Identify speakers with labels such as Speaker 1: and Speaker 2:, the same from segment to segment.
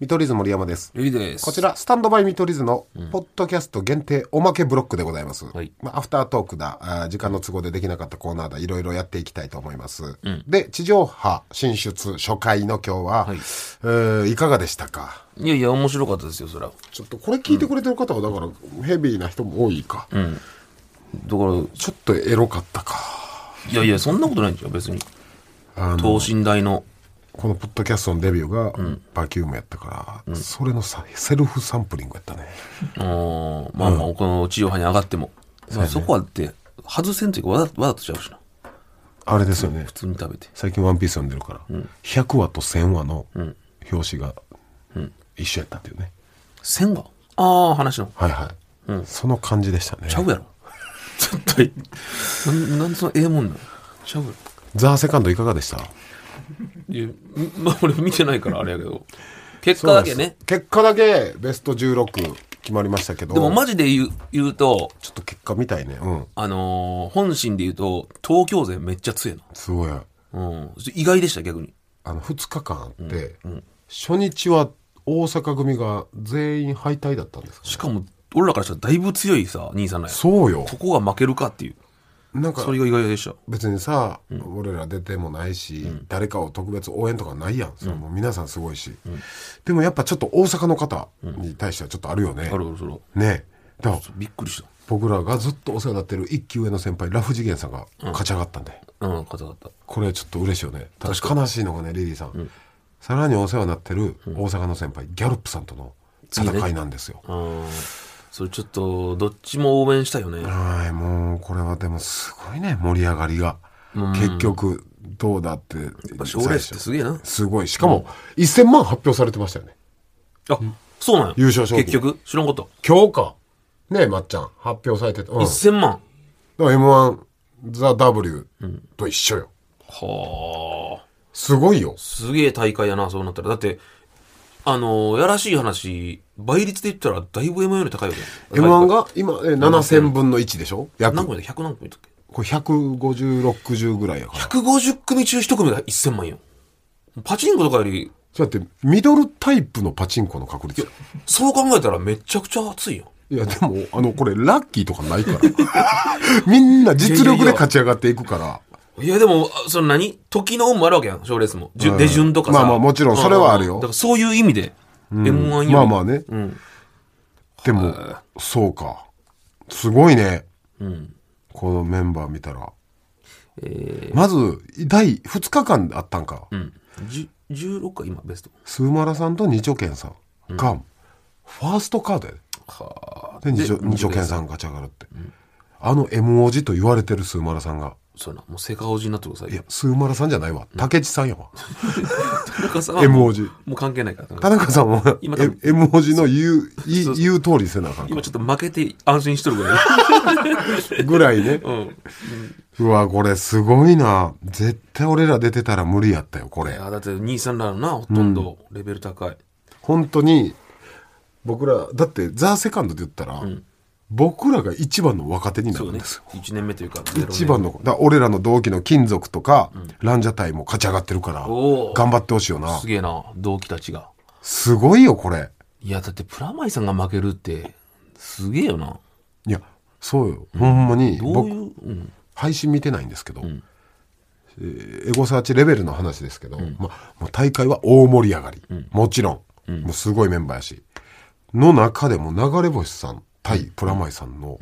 Speaker 1: 見取り図森山です。
Speaker 2: ゆいです。
Speaker 1: こち。ら、スタンドバイ見取り図の、ポッドキャスト限定おまけブロックでございます。
Speaker 2: はい
Speaker 1: まあ、アフタートークだあー、時間の都合でできなかったコーナーだ、いろいろやっていきたいと思います。で、地上波進出初回の今日は、
Speaker 2: はい
Speaker 1: えーいかがでしたか
Speaker 2: いやいや、面白かったですよ、そら。
Speaker 1: ちょっとこれ聞いてくれてる方は、だから、ヘビーな人も多いか。
Speaker 2: だから、い
Speaker 1: ちょっとエロかったか。
Speaker 2: やいや、そんなことないんですよ、別に。
Speaker 1: あの、
Speaker 2: 等身大の。
Speaker 1: このポッドキャストのデビューが、バキュームやったから、それのさセルフサンプリングやったね。
Speaker 2: あーまあまあ、この地上波に上がっても。まあ、そこはだって、外せんというか、わざわざとちゃうしな。
Speaker 1: あれですよね。
Speaker 2: 普通に食べて。
Speaker 1: 最近「ワンピース読んでるから、100話と1000話の表紙が一緒やったっていうね、
Speaker 2: 千がああ、話の。
Speaker 1: はいはい、その感じでしたね
Speaker 2: ちゃうやろ。絶対。なん、なんでそのええもんなのちゃうやろ。
Speaker 1: ザーセカンドいかがでした
Speaker 2: いや、まあ俺見てないからあれやけど。結果だけね。
Speaker 1: 結果だけベスト16決まりましたけど
Speaker 2: でもマジで言う、言うと、
Speaker 1: ちょっと結果見たいねうん
Speaker 2: あのー本心で言うと、東京勢めっちゃ強い
Speaker 1: すごい
Speaker 2: な。うん。意外でした、逆に。
Speaker 1: あの2日間あって、初日は大阪組が全員敗退だったんですかね
Speaker 2: しかも、俺らからしたらだいぶ強いさ、兄さんらや。
Speaker 1: そうよ
Speaker 2: ここが負けるかっていう。
Speaker 1: なんか
Speaker 2: それが意外でした。
Speaker 1: 別にさ、俺ら出てもないし、誰かを特別応援とかないやん、それはもう皆さんすごいし、でもやっぱちょっと大阪の方に対してはちょっとあるよね、
Speaker 2: あるある、それは
Speaker 1: ねだから
Speaker 2: びっくりし
Speaker 1: 僕らがずっとお世話になってる一級上の先輩ラフ次元さんが勝ち上がったんで、
Speaker 2: た。うん、勝たなかっ
Speaker 1: これちょっと嬉しいよねただし悲しいのがねリリーさん、さらにお世話になってる大阪の先輩ギャロップさんとの戦いなんですよ、
Speaker 2: た。うん。それちょっと、どっちも応援したいよね。
Speaker 1: はいもうこれはでもすごいね盛り上がりが、結局どうだってやっ
Speaker 2: ぱ賞レースってすげえな
Speaker 1: すごいしかも1000万発表されてましたよね
Speaker 2: あ、そうなんや。
Speaker 1: 優勝賞金
Speaker 2: 結局、知らんこと。
Speaker 1: 今日かねえまっちゃん発表されてた、うん、だか
Speaker 2: 1000万。
Speaker 1: ら m 1ザ・ w と一緒よ、
Speaker 2: はあ。
Speaker 1: すごいよ
Speaker 2: すげえ大会やな、そうなったら。だって、あのーやらしい話、倍率で言ったら、だいぶ M1 より高いわけ。
Speaker 1: m 1が今え7000分の1でしょ約
Speaker 2: 何個やった ?100 何個やったっけ
Speaker 1: これ15060ぐらいやから
Speaker 2: 150組中1組が1000万よ。パチンコとかより、
Speaker 1: そうやってミドルタイプのパチンコの確率よ
Speaker 2: そう考えたらめちゃくちゃ熱いよ。
Speaker 1: いや、でも、あの、これ、ラッキーとかない から。みんな実力で勝ち上がっていくから。
Speaker 2: いや、でも、あその何時の恩もあるわけやん、賞レースも。じゅ出順とかさ。
Speaker 1: まあまあもちろんそれはあるよ
Speaker 2: うんだからそういう意味で、M1 より。
Speaker 1: まあまあね。
Speaker 2: ん
Speaker 1: でも、そうか。すごいね。このメンバー見たら。まず、第2日間あったんか。
Speaker 2: うん。じゅ16か、今、ベスト。
Speaker 1: スーマラさんと二丁拳さんが、ファーストカードやで。
Speaker 2: はあ。
Speaker 1: で、二丁二丁拳さんが勝ち上がるって。あの M 王子と言われてるスーマラさんが。
Speaker 2: そうやな、もうセカオジになってください。
Speaker 1: いや、、スーマラさんじゃないわ。竹地さんやわ。
Speaker 2: 田中さん
Speaker 1: M
Speaker 2: も
Speaker 1: 王子。
Speaker 2: う関係ないから。
Speaker 1: 田中さんは
Speaker 2: 今多分
Speaker 1: M 文字の言うい言う通りせなあかん
Speaker 2: 今ちょっと負けて安心しとるぐらい。
Speaker 1: ぐらいね
Speaker 2: うん。
Speaker 1: うわこれすごいな絶対俺ら出てたら無理やったよこ
Speaker 2: い
Speaker 1: れ
Speaker 2: や、だって兄さんらのな、ほとんどレベル高い。
Speaker 1: 本当に僕らだって「ザ・セカンドで言ったら、僕らが一番の若手にな
Speaker 2: そ
Speaker 1: る
Speaker 2: うんね。
Speaker 1: ですよ
Speaker 2: 1年目というか、
Speaker 1: 一番のだから俺らの同期の金属とか、ランジャタイも勝ち上がってるから
Speaker 2: おー
Speaker 1: 頑張ってほしいよな
Speaker 2: すげえな、同期たちが。
Speaker 1: すごいよこれ
Speaker 2: いや、だってプラマイさんが負けるって、すげえよな。
Speaker 1: いやそうよ、ほんまに
Speaker 2: どう
Speaker 1: 僕
Speaker 2: いう、うん。
Speaker 1: 配信見てないんですけど、えーエゴサーチレベルの話ですけど、まあ、もう大会は大盛り上がり、もちろん、もうすごいメンバーやしの中でも流れ星さん対プラマイさんの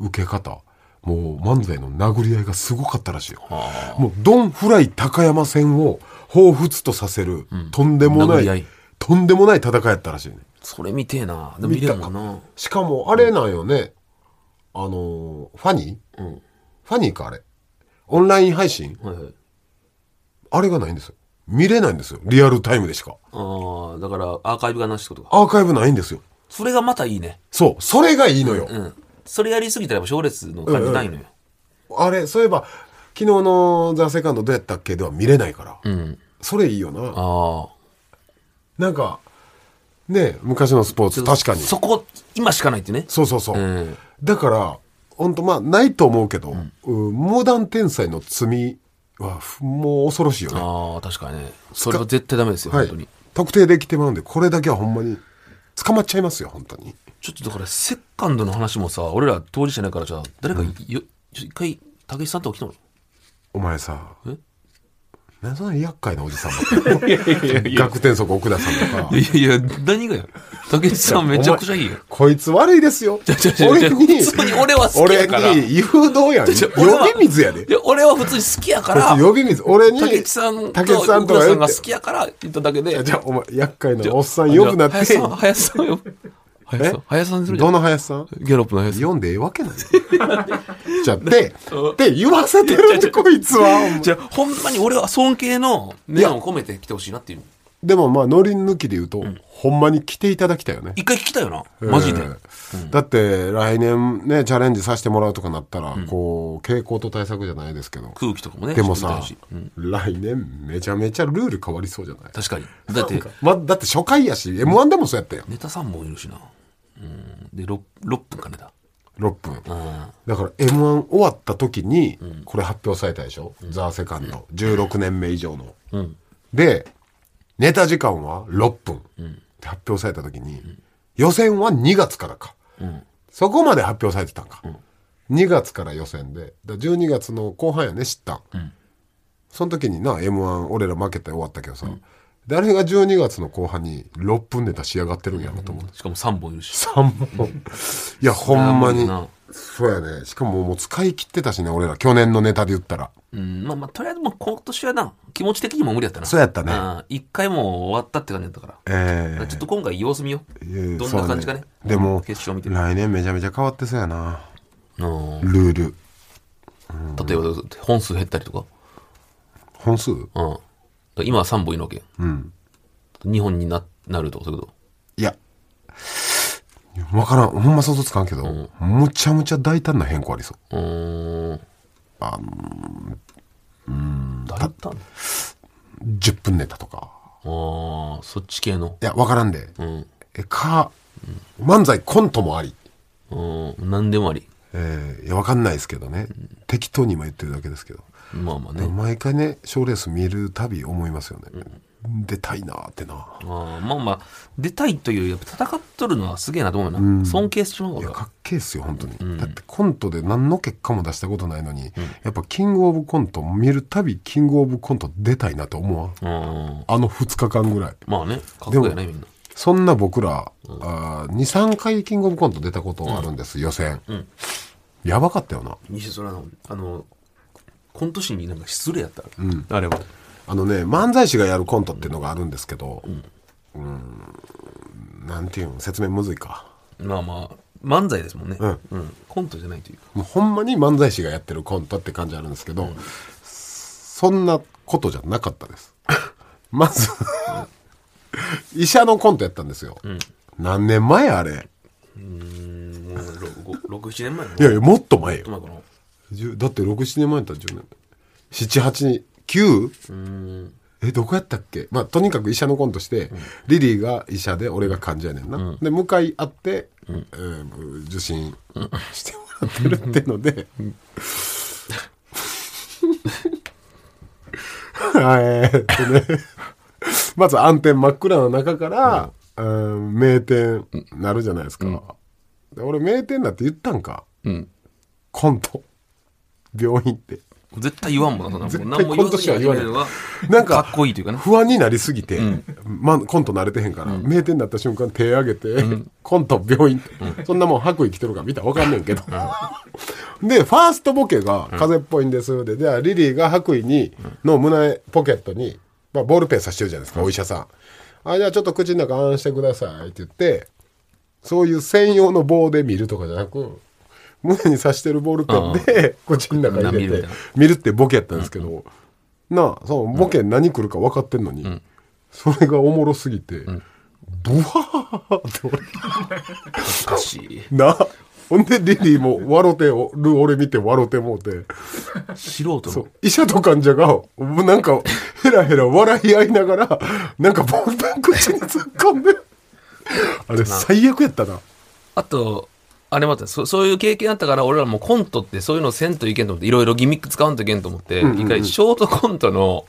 Speaker 1: 受け方、もう漫才の殴り合いがすごかったらしいよ、もうドン・フライ高山戦を彷彿とさせる、とんでも
Speaker 2: 殴
Speaker 1: な
Speaker 2: り合
Speaker 1: い
Speaker 2: い
Speaker 1: とんでもない戦いやったらしいね
Speaker 2: それ見てえな。でも見れるもんな。
Speaker 1: しかもあれなんよね、あのーファニー、
Speaker 2: うん
Speaker 1: ファニーかあれオンライン配信
Speaker 2: はいはい。
Speaker 1: あれがないんですよ見れないんですよリアルタイムでしか
Speaker 2: ああ、だからアーカイブがなしってことか。
Speaker 1: アーカイブないんですよ
Speaker 2: それがまたいいね。
Speaker 1: そうそれがいいのよ、
Speaker 2: うん。それやりすぎたらやっぱ賞レースの感じないのよ。
Speaker 1: あれそういえば昨日の「ザ・セカンドどうやったっけでは見れないから、
Speaker 2: うん。
Speaker 1: それいいよな
Speaker 2: ああ。
Speaker 1: なんかね昔のスポーツ確かに
Speaker 2: そこ、今しかないってね。
Speaker 1: そうそうそう、
Speaker 2: うん
Speaker 1: だから本当まあないと思うけど、うんモダン天才の罪はふもう恐ろしいよね
Speaker 2: ああ、確かにね。それは絶対ダメですよ、
Speaker 1: はい
Speaker 2: 本当に。
Speaker 1: 特定できてまうんでこれだけはほんまに捕まっちゃいますよ本当に
Speaker 2: ちょっとだからセカンドの話もさ俺ら当事者ないからじゃあ誰かよ、ちょ一回武井さんとか来ても
Speaker 1: お前さ
Speaker 2: え
Speaker 1: なんでそんな厄介なおじさんば っかり逆転速奥田さんとから
Speaker 2: ういやいや何がよ武井さんめちゃくちゃいいよ
Speaker 1: こいつ悪いですよ
Speaker 2: ちょちょ
Speaker 1: 俺に
Speaker 2: 普通に俺は好きやから
Speaker 1: 俺に誘導やん
Speaker 2: ちょ俺は
Speaker 1: 呼び水やで
Speaker 2: いや俺は普通に好きやから
Speaker 1: こいつ呼び水俺に
Speaker 2: 武井さんと
Speaker 1: 武井さんと
Speaker 2: 奥
Speaker 1: か
Speaker 2: 田さ
Speaker 1: 言
Speaker 2: ん
Speaker 1: っ
Speaker 2: が
Speaker 1: て
Speaker 2: 好きやから言っただけで
Speaker 1: じゃあお前厄介なおっさん呼ぶなっ
Speaker 2: あ
Speaker 1: て
Speaker 2: じゃあ林さん林さん呼ぶ林さん林さんにするじゃん
Speaker 1: どの林さん
Speaker 2: ギャロップの林さん
Speaker 1: 読んでええわけないじゃあで で言わせてるんでこいつはお前
Speaker 2: じゃあほんまに俺は尊敬の念を込めて来てほしいなっていう
Speaker 1: でもまあノリ抜きで言うと、ほんまに来ていただきたいよね
Speaker 2: 一回聞きたいよなマジで、
Speaker 1: ええだって来年ねチャレンジさせてもらうとかなったら、こう傾向と対策じゃないですけど
Speaker 2: 空気とかもね
Speaker 1: でも
Speaker 2: 知って
Speaker 1: さ
Speaker 2: みたいし、
Speaker 1: 来年めちゃめちゃルール変わりそうじゃない
Speaker 2: 確かにだって
Speaker 1: まだって初回やし m 1でもそうやったよ
Speaker 2: ネタ3本いるしなうんで 6, 六分かネタ
Speaker 1: 6分
Speaker 2: うん
Speaker 1: だから m 1終わった時にこれ発表されたでしょ、ザーセカンド16年目以上の、でネタ時間は6分って発表された時に、予選は2月からか、そこまで発表されてたんか、2月から予選でだ12月の後半やね知ったん、その時にな m 1俺ら負けて終わったけどさ、誰が12月の後半に6分ネタ仕上がってるんやろと思って
Speaker 2: しかも3本いるし
Speaker 1: 三本いやほんまに
Speaker 2: それはも
Speaker 1: そうやねしかももう使い切ってたしね俺ら去年のネタで言ったら
Speaker 2: うんまあまあとりあえずもう今年はな気持ち的にも無理やったな
Speaker 1: そうやったね
Speaker 2: ん一回もう終わったって感じだったから
Speaker 1: え
Speaker 2: だ
Speaker 1: え
Speaker 2: からちょっと今回様子見よう
Speaker 1: いや
Speaker 2: どん
Speaker 1: そうやね
Speaker 2: な感じかね
Speaker 1: でも
Speaker 2: 決勝見て
Speaker 1: 来年めちゃめちゃ変わってそうやな
Speaker 2: うん
Speaker 1: ルール
Speaker 2: 例えば本数減ったりとか
Speaker 1: 本数
Speaker 2: うんだから今は3本いるわけ
Speaker 1: うん
Speaker 2: 2本にななるとかそういうこ
Speaker 1: いや分からんほんま想像つかんけど、むちゃむちゃ大胆な変更ありそう
Speaker 2: とうーん
Speaker 1: あ
Speaker 2: 大胆あ
Speaker 1: 10分ネタとか
Speaker 2: あーそっち系の
Speaker 1: いや分からんで、
Speaker 2: うん
Speaker 1: えか、漫才コントもあり
Speaker 2: うん何でもあり
Speaker 1: えー、いや分かんないですけどね、適当に今言ってるだけですけど、
Speaker 2: まあまあ
Speaker 1: でも
Speaker 2: ね
Speaker 1: 毎回ね賞レース見るたび思いますよね、出たいなーってな
Speaker 2: あーまあまあ出たいというよりやっぱ戦っとるのはすげえなと思うよな、尊敬してしまう
Speaker 1: い
Speaker 2: わ俺
Speaker 1: や
Speaker 2: は
Speaker 1: かっけえっすよ本当に、だってコントで何の結果も出したことないのに、やっぱキングオブコント見るたびキングオブコント出たいなと思わん
Speaker 2: うん
Speaker 1: あの2日間ぐらい
Speaker 2: まあねかっこいいよねみんな
Speaker 1: そんな僕ら、23回キングオブコント出たことあるんです、予選、やばかったよな
Speaker 2: 西空のあのコント師になんか失礼やった、あれは
Speaker 1: あのね漫才師がやるコントっていうのがあるんですけど、うん、なんていうの説明むずいか
Speaker 2: まあまあ漫才ですもんね、
Speaker 1: うん
Speaker 2: コントじゃないというか
Speaker 1: もうほんまに漫才師がやってるコントって感じあるんですけど、そんなことじゃなかったです まず医者のコントやったんですよ、何年前あれ
Speaker 2: うんもう67年前の
Speaker 1: いやいやもっと前よ
Speaker 2: トマコの
Speaker 1: 10だって67年前やったら10年789
Speaker 2: うん
Speaker 1: えどこやったっけまあとにかく医者のコントして、リリーが医者で俺が患者やねんな、で向かい合って、えー受診してもらってるってので、 はいえーっとねまず暗転真っ暗の中から、うん、名店なるじゃないですか、で俺名店だって言ったんか
Speaker 2: うん
Speaker 1: コント病院って
Speaker 2: 絶対言わんもんなそんなも
Speaker 1: 絶対
Speaker 2: ん何も言わずに始めるのは
Speaker 1: なんか
Speaker 2: かっこいいというかね
Speaker 1: 不安になりすぎて、まあ、コント慣れてへんから、名店になった瞬間手上げて、コント病院って、そんなもん白衣着てるから見たら分かんねんけど、でファーストボケが「風邪っぽいんです」でじゃあリリーが白衣にの胸ポケットに、まあ、ボールペンさしてるじゃないですか、お医者さんあじゃあちょっと口の中あんしてくださいって言ってそういう専用の棒で見るとかじゃなく胸に刺してるボールペンで口の中入
Speaker 2: 見
Speaker 1: れ
Speaker 2: るみ
Speaker 1: て
Speaker 2: たいな
Speaker 1: 見るってボケやったんですけど、なあそのボケ何来るか分かってんのに、それがおもろすぎて、ブワーって俺
Speaker 2: おかしい
Speaker 1: なあほんでリリーも笑うてる俺見て笑うてもうて
Speaker 2: 素人の
Speaker 1: そう医者と患者がなんかヘラヘラ笑い合いながらなんかボールペン口に突っ込ん であれ最悪やったな
Speaker 2: あと、あれもあったそそういう経験あったから、俺らもうコントってそういうのせんといけんと思って、いろいろギミック使わんといけんと思って、一、回ショートコントの、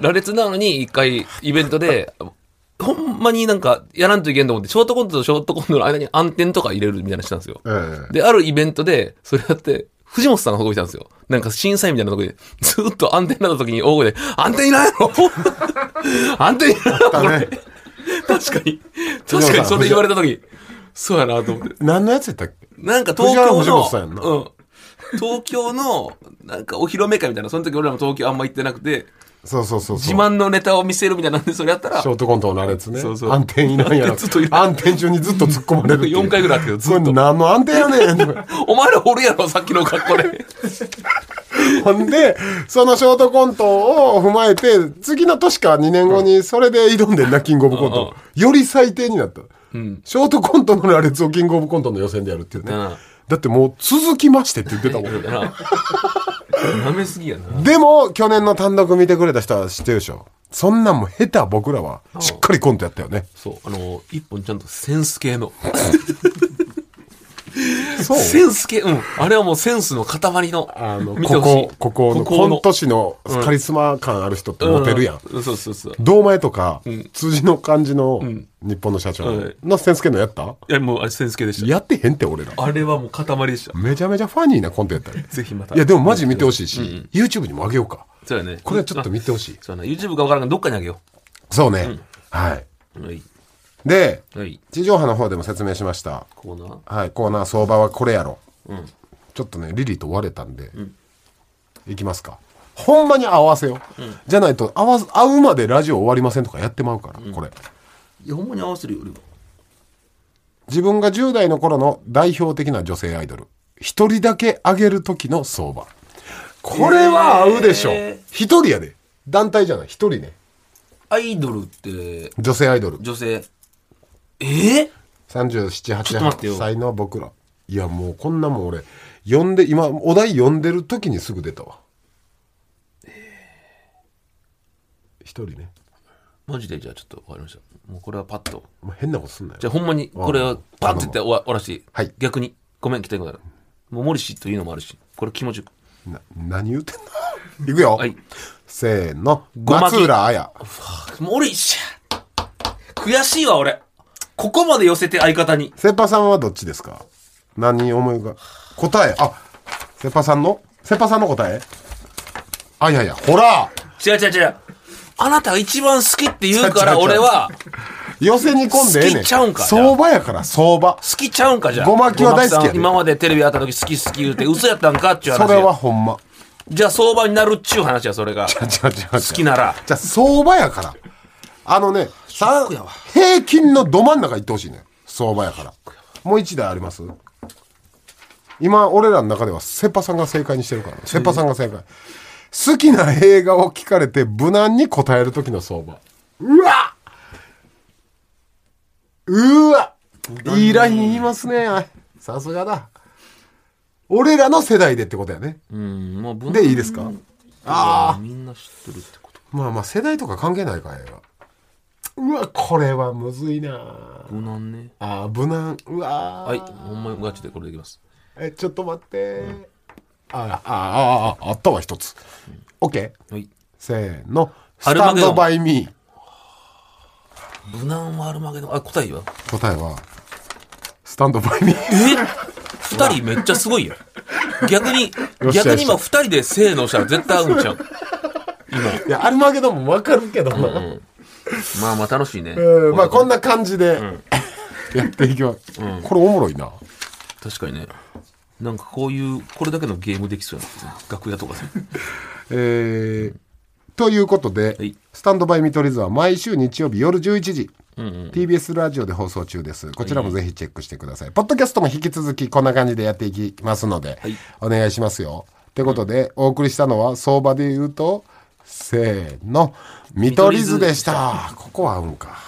Speaker 2: 羅列なのに一回イベントで、 ほんまになんか、やらんといけんと思って、ショートコントとショートコントの間に暗転とか入れるみたいなのしたんですよ。
Speaker 1: ええ
Speaker 2: で、あるイベントで、それやって、藤本さんがそこにいたんですよ。なんか審査員みたいなとこで、ずっと暗転になった時に大声で、暗転いない の暗転いないのこ
Speaker 1: だ
Speaker 2: れ。
Speaker 1: ね。
Speaker 2: 確かに。確かに、それ言われた時、そうやなと思って。
Speaker 1: 何のやつやったっけ
Speaker 2: なんか東京
Speaker 1: 藤原も藤本さんやんな
Speaker 2: の、うん。東京の、なんかお披露目会みたいな、その時俺らも東京あんま行ってなくて、
Speaker 1: そうそうそうそう。
Speaker 2: 自慢のネタを見せるみたいなんで、それやった ら、
Speaker 1: ショートコントのあれやつね。
Speaker 2: そうそう
Speaker 1: 暗転いないやろ
Speaker 2: ずっといる
Speaker 1: 暗転中にずっと突っ込まれるっていう。
Speaker 2: 4回ぐらいあったけど、ずっ
Speaker 1: これ
Speaker 2: と。
Speaker 1: 何の暗転やねん とか。
Speaker 2: お前らおるやろ、さっきの格好で。
Speaker 1: ほんで、そのショートコントを踏まえて、次の年か2年後にそれで挑んでんな、キングオブコント。より最低になった。ショートコントの羅列をキングオブコントの予選でやるっていうね。
Speaker 2: うん
Speaker 1: だってもう続きましてって言って たもん。
Speaker 2: なめすぎやな。
Speaker 1: でも、去年の単独見てくれた人は知ってるでしょ。そんなんも下手僕らは、しっかりコントやったよね。
Speaker 2: そう、あの、一本ちゃんとセンス系の。
Speaker 1: そう。
Speaker 2: センス系、うん。あれはもうセンスの塊の。
Speaker 1: あの、
Speaker 2: 見て
Speaker 1: こ
Speaker 2: ほしい
Speaker 1: こ、ここのコント師のカリスマ感ある人ってモテるやん。
Speaker 2: うそうそうそう。
Speaker 1: 堂前とか、辻の感じの日本の社長
Speaker 2: はい
Speaker 1: のセンス系のやった
Speaker 2: いや、もうあれセンス系でした。
Speaker 1: やってへんって俺ら。
Speaker 2: あれはもう塊でした。
Speaker 1: めちゃめちゃファニーなコントやったね
Speaker 2: ぜひまた。
Speaker 1: いや、でもマジ見てほしいし、YouTube にも上げようか。
Speaker 2: そうやね。
Speaker 1: これはちょっと見てほしい
Speaker 2: あ。そうやな。YouTube かわからんがどっかにあげよ
Speaker 1: そうね。はい。
Speaker 2: う。はい。
Speaker 1: で、
Speaker 2: はい。
Speaker 1: 地上波の方でも説明しました。
Speaker 2: コーナー。
Speaker 1: はい、コーナー相場はこれやろ。ちょっとね、リリーと割れたんで、いきますか。ほんまに合わせよ。じゃないと合わ、合うまでラジオ終わりませんとかやってまうから、これ。
Speaker 2: いや、ほんまに合わせるよ、俺は。
Speaker 1: 自分が10代の頃の代表的な女性アイドル一人だけ上げる時の相場これは合うでしょ
Speaker 2: え
Speaker 1: 一人やで団体じゃない一人ね
Speaker 2: アイドルって、
Speaker 1: 女性アイドル
Speaker 2: 女性。ええちょっと待ってよ
Speaker 1: 378歳の僕らいやもうこんなもん俺呼んで今お題呼んでる時にすぐ出たわ一人ね、
Speaker 2: マジでじゃあちょっとわかりました。もうこれはパッと。
Speaker 1: まあ、変なことすんなよ
Speaker 2: じゃあほんまに、これはパッて言って終わ終わらして。
Speaker 1: はい
Speaker 2: 逆に、ごめん、来たいことある。もう森氏というのもあるし、これ気持ちよく。
Speaker 1: な何言うてんの いくよ、
Speaker 2: はい
Speaker 1: せーの
Speaker 2: ごまき
Speaker 1: 松浦綾
Speaker 2: 森氏悔しいわ、俺。ここまで寄せて相方に。
Speaker 1: セッパさんはどっちですか何思い浮か答えあセッパさんのセッパさんの答えあいやいやほら
Speaker 2: 違う違う違う。あなたが一番好きって言うから、
Speaker 1: 違う違う違う
Speaker 2: 俺は、
Speaker 1: 寄せに込んでええね
Speaker 2: 好きちゃうんか
Speaker 1: 相場やから相場
Speaker 2: 好きちゃうんか、じゃあ。
Speaker 1: ごまきは大好きやで
Speaker 2: ごまさん今までテレビあった時好き好き言うて、嘘やったんかっていう話
Speaker 1: そ
Speaker 2: や。
Speaker 1: れはほんま
Speaker 2: じゃあ相場になるっちゅう話や、それ が。
Speaker 1: 好
Speaker 2: 好きなら。
Speaker 1: じゃあ相場やからあのねさ
Speaker 2: ックやわ
Speaker 1: 平均のど真ん中行ってほしいね相場やからもう一台あります今俺らの中ではセッパさんが正解にしてるからねセッパさんが正解好きな映画を聞かれて無難に答える時の相場うわうわいいライン言いますねあさすがだ俺らの世代でってことやね
Speaker 2: うん、もう分
Speaker 1: でいいですか
Speaker 2: ああ。みんな知ってるってこと。
Speaker 1: まあまあ世代とか関係ないから映画うわこれはむずいな
Speaker 2: 無難ね。
Speaker 1: あー無難うわー
Speaker 2: はい、ほんまにガチでこれできます。
Speaker 1: えちょっと待って、ああああああったわ一つ、OK
Speaker 2: はい。
Speaker 1: せーのス
Speaker 2: アルマ
Speaker 1: タン
Speaker 2: ゲドン
Speaker 1: ドバイミー
Speaker 2: 無難はあるまげの、あ、答えは
Speaker 1: 答えはスタンドバイミー
Speaker 2: え二人めっちゃすごいよ。逆に
Speaker 1: よ、っしゃ
Speaker 2: 逆に今二人でせーのしたら絶対合うんちゃう。
Speaker 1: いやアルマゲドンもわかるけどな、
Speaker 2: まあまあ楽しいね。
Speaker 1: うんまあこんな感じで、 やっていきます、これおもろいな
Speaker 2: 確かにね。なんかこういう、これだけのゲームできそうやな。楽屋とかで。
Speaker 1: えーということで、
Speaker 2: い
Speaker 1: スタンドバイ見取り図は毎週日曜日夜11時、TBS ラジオで放送中ですこちらもぜひチェックしてください、ポッドキャストも引き続きこんな感じでやっていきますので、
Speaker 2: い
Speaker 1: お願いしますよってことで、お送りしたのは相場で言うとせーの見取り図でしたここは合うんか